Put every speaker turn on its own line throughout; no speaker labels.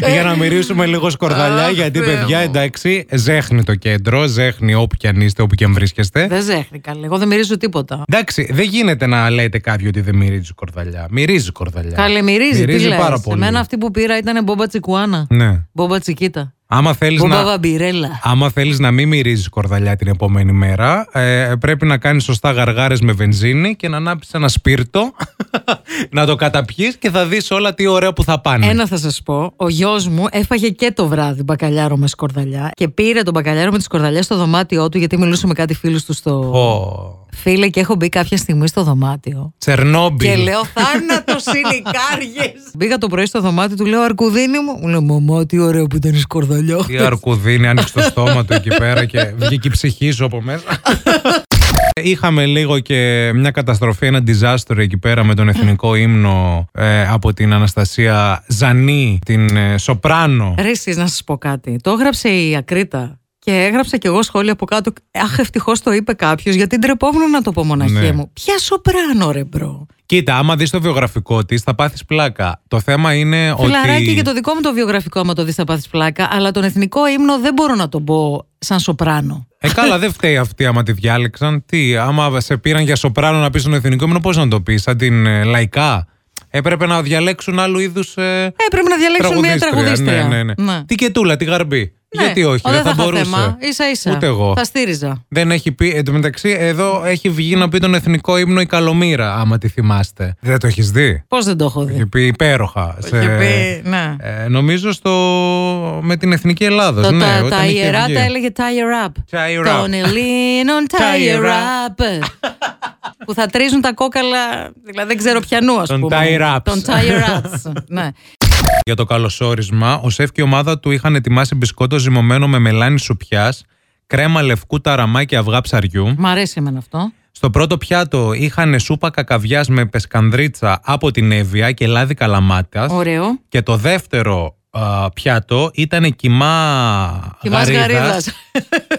Ε, Για να μυρίσουμε λίγο σκορδαλιά,
Αχ,
γιατί
Θεέ
παιδιά,
μου.
εντάξει, ζέχνει το κέντρο, ζέχνει όπου και αν είστε, όπου και αν βρίσκεστε.
Δεν ζέχνει καλά. Εγώ δεν μυρίζω τίποτα.
Εντάξει, δεν γίνεται να λέτε κάποιοι ότι δεν μυρίζει σκορδαλιά. Μυρίζει σκορδαλιά.
Καλεμυρίζει, τι
μυρίζει
λες.
πάρα πολύ.
Εμένα αυτή που πήρα ήταν μπόμπα τσικουάνα.
Ναι.
Μπόμπα τσικίτα.
Άμα θέλεις
Μπόμπα
να...
βαμπιρέλα.
Άμα θέλεις να μην μυρίζεις κορδαλιά την επόμενη μέρα, ε, πρέπει να κάνεις σωστά γαργάρες με βενζίνη και να ανάψεις ένα σπίρτο, να το καταπιείς και θα δεις όλα τι ωραία που θα πάνε.
Ένα θα σας πω. Ο γιος μου έφαγε και το βράδυ μπακαλιάρο με σκορδαλιά και πήρε τον μπακαλιάρο με τη σκορδαλιά στο δωμάτιό του γιατί μιλούσε με κάτι φίλους του στο.
Ω,
Φίλε, και έχω μπει κάποια στιγμή στο δωμάτιο.
Τσερνόμπιλ.
Και λέω θάνατος συνικάριε. Μπήκα το πρωί στο δωμάτιο, του λέω Αρκουδίνη μου. Μου λέει Μαμά, τι ωραίο που ήταν η σκορδαλιά.
Τι αρκουδίνη, άνοιξε το στόμα του εκεί πέρα και βγήκε η ψυχή σου από μέσα. Είχαμε λίγο και μια καταστροφή, ένα disaster εκεί πέρα με τον εθνικό ύμνο ε, από την Αναστασία Ζανή, την ε, Σοπράνο.
Ρε εσείς, να σας πω κάτι. Το έγραψε η Ακρίτα και έγραψα κι εγώ σχόλια από κάτω. Αχ, ευτυχώς το είπε κάποιος, γιατί ντρεπόμουν να το πω μοναχέ
Ναι.
μου. Ποια σοπράνο, ρε μπρο.
Κοίτα, άμα δεις το βιογραφικό της, θα πάθεις πλάκα. Το θέμα είναι
Φιλαράκι
ότι.
και το δικό μου το βιογραφικό, άμα το δεις, θα πάθεις πλάκα. Αλλά τον εθνικό ύμνο δεν μπορώ να τον πω σαν σοπράνο.
Ε, καλά, δεν φταίει αυτή άμα τη διάλεξαν. Τι, άμα σε πήραν για σοπράνο να πεις στον εθνικό ύμνο, πώς να το πεις, σαν την ε, λαϊκά. Έπρεπε να διαλέξουν άλλου είδους. Ε,
Έπρεπε να διαλέξουν μια τραγουδίστρια.
Ναι, ναι, ναι.
Ναι.
Τι κετούλα, τη γαρμπή.
Ναι.
Γιατί όχι,
Ω,
δεν θα,
είχα
μπορούσε.
θέμα. Ίσα ίσα.
Ούτε εγώ.
Θα στήριζα.
Δεν έχει πει. Εν τω μεταξύ, εδώ έχει βγει να πει τον εθνικό ύμνο η Καλομήρα, άμα τη θυμάστε. Δεν το έχεις δει.
Πώς δεν το έχω δει.
Έχει πει υπέροχα.
Το είχε πει, ναι.
Ε, νομίζω στο... με την Εθνική Ελλάδα.
Το,
ναι,
τα,
όταν
τα
είχε
ιερά
βγει.
τα έλεγε tire up.
Tire up.
Των Ελλήνων
Tire
tire up. που θα τρίζουν τα κόκαλα, δηλαδή δεν ξέρω πιανού, ας
Των
πούμε.
tire ups.
Των tire ups. ναι.
Για το καλωσόρισμα, ο Σεφ και η ομάδα του είχαν ετοιμάσει μπισκότο ζυμωμένο με μελάνι σουπιάς, κρέμα λευκού ταραμά και αυγά ψαριού.
Μ' αρέσει εμένα αυτό.
Στο πρώτο πιάτο είχαν σούπα κακαβιάς με πεσκανδρίτσα από την Εύβοια και λάδι καλαμάτας.
Ωραίο.
Και το δεύτερο α, πιάτο ήταν κοιμά,
Κοιμάς γαρίδας.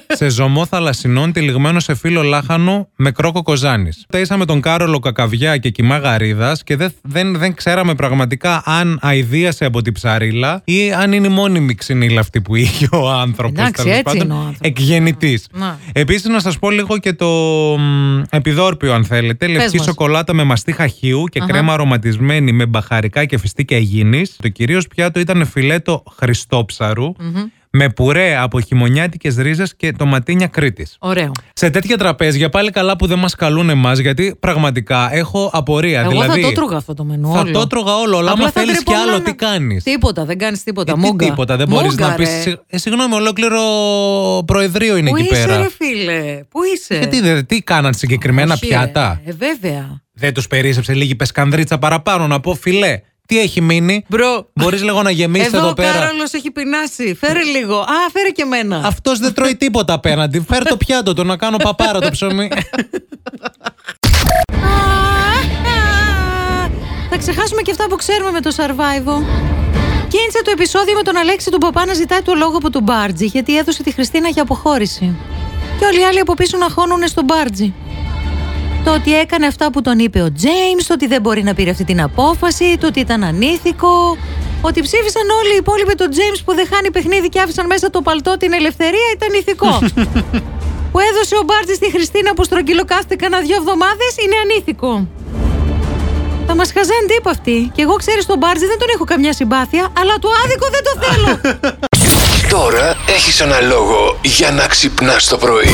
σε ζωμό θαλασσινών τυλιγμένο σε φύλλο λάχανο με κρόκο κοζάνη. Τα ίσαμε τον Κάρολο Κακαβιά και κοιμά γαρίδας και δεν, δεν, δεν ξέραμε πραγματικά αν αηδίασε από την ψαρίλα ή αν είναι η μόνιμη ξυνήλα αυτή που είχε ο άνθρωπος.
Εντάξει, έτσι είναι ο άνθρωπος. Ναι.
Εκγεννητή.
Να.
Επίσης, να σας πω λίγο και το μ, επιδόρπιο, αν θέλετε. Λευκή
μας.
σοκολάτα με μαστίχα χιού και
Αχα.
κρέμα αρωματισμένη με μπαχαρικά και φιστίκια υγιεινής. Το κυρίως πιάτο ήταν φιλέτο χριστόψαρου, με πουρέ από χειμωνιάτικες ρίζες και τοματίνια Κρήτης.
Ωραίο.
Σε τέτοια τραπέζια, πάλι καλά που δεν μας καλούν εμάς, γιατί πραγματικά έχω απορία.
Εγώ
δηλαδή,
θα το τρώγα αυτό το μενού.
θα
όλο.
το τρώγα όλο, αλλά
Απλά
άμα
θα
θέλεις κι
ντρεπόμουν
άλλο,
να-
τι κάνεις.
Τίποτα, δεν κάνεις τίποτα. Μόγκα.
τίποτα, δεν μπορείς
Μόγκα,
να πεις.
ρε.
Ε, συγγνώμη, ολόκληρο προεδρείο είναι
Πού
εκεί
είσαι,
πέρα.
ρε φίλε, πού είσαι.
Ε, τι, δε- τι κάναν συγκεκριμένα
Όχι, ρε.
πιάτα.
Ε, βέβαια.
Δεν τους περίσεψε λίγη πεσκανδρίτσα παραπάνω να πω φιλέ. Τι έχει μείνει.
Μπρο.
Μπορείς λίγο να γεμίσεις εδώ,
Εδώ ο
πέρα.
Κάρολος έχει πεινάσει. Φέρε λίγο. Α, φέρε και εμένα.
Αυτός δεν τρώει τίποτα απέναντι. Φέρ το πιάτο του να κάνω παπάρα το ψωμί.
Θα ξεχάσουμε και αυτά που ξέρουμε με το survival. Κίνησε το επεισόδιο με τον Αλέξη τον Παπά να ζητάει το λόγο από τον Μπάρτζι, γιατί έδωσε τη Χριστίνα για αποχώρηση. Και όλοι οι άλλοι από πίσω να χώνουν στον Μπάρτζι. Το ότι έκανε αυτά που τον είπε ο Τζέιμ, το ότι δεν μπορεί να πήρε αυτή την απόφαση, το ότι ήταν ανήθικο. Ότι ψήφισαν όλοι οι υπόλοιποι τον Τζέιμ που δεν χάνει παιχνίδι και άφησαν μέσα το παλτό την ελευθερία ήταν ηθικό. που έδωσε ο Μπάρτζης στη Χριστίνα που στρογγυλοκάφτε κανένα δύο εβδομάδες είναι ανήθικο. Θα μας χαζάνε τύπο αυτή. Και εγώ ξέρεις τον Μπάρτζη δεν τον έχω καμιά συμπάθεια, αλλά το άδικο δεν το θέλω.
Τώρα έχεις ένα λόγο για να ξυπνάς το πρωί.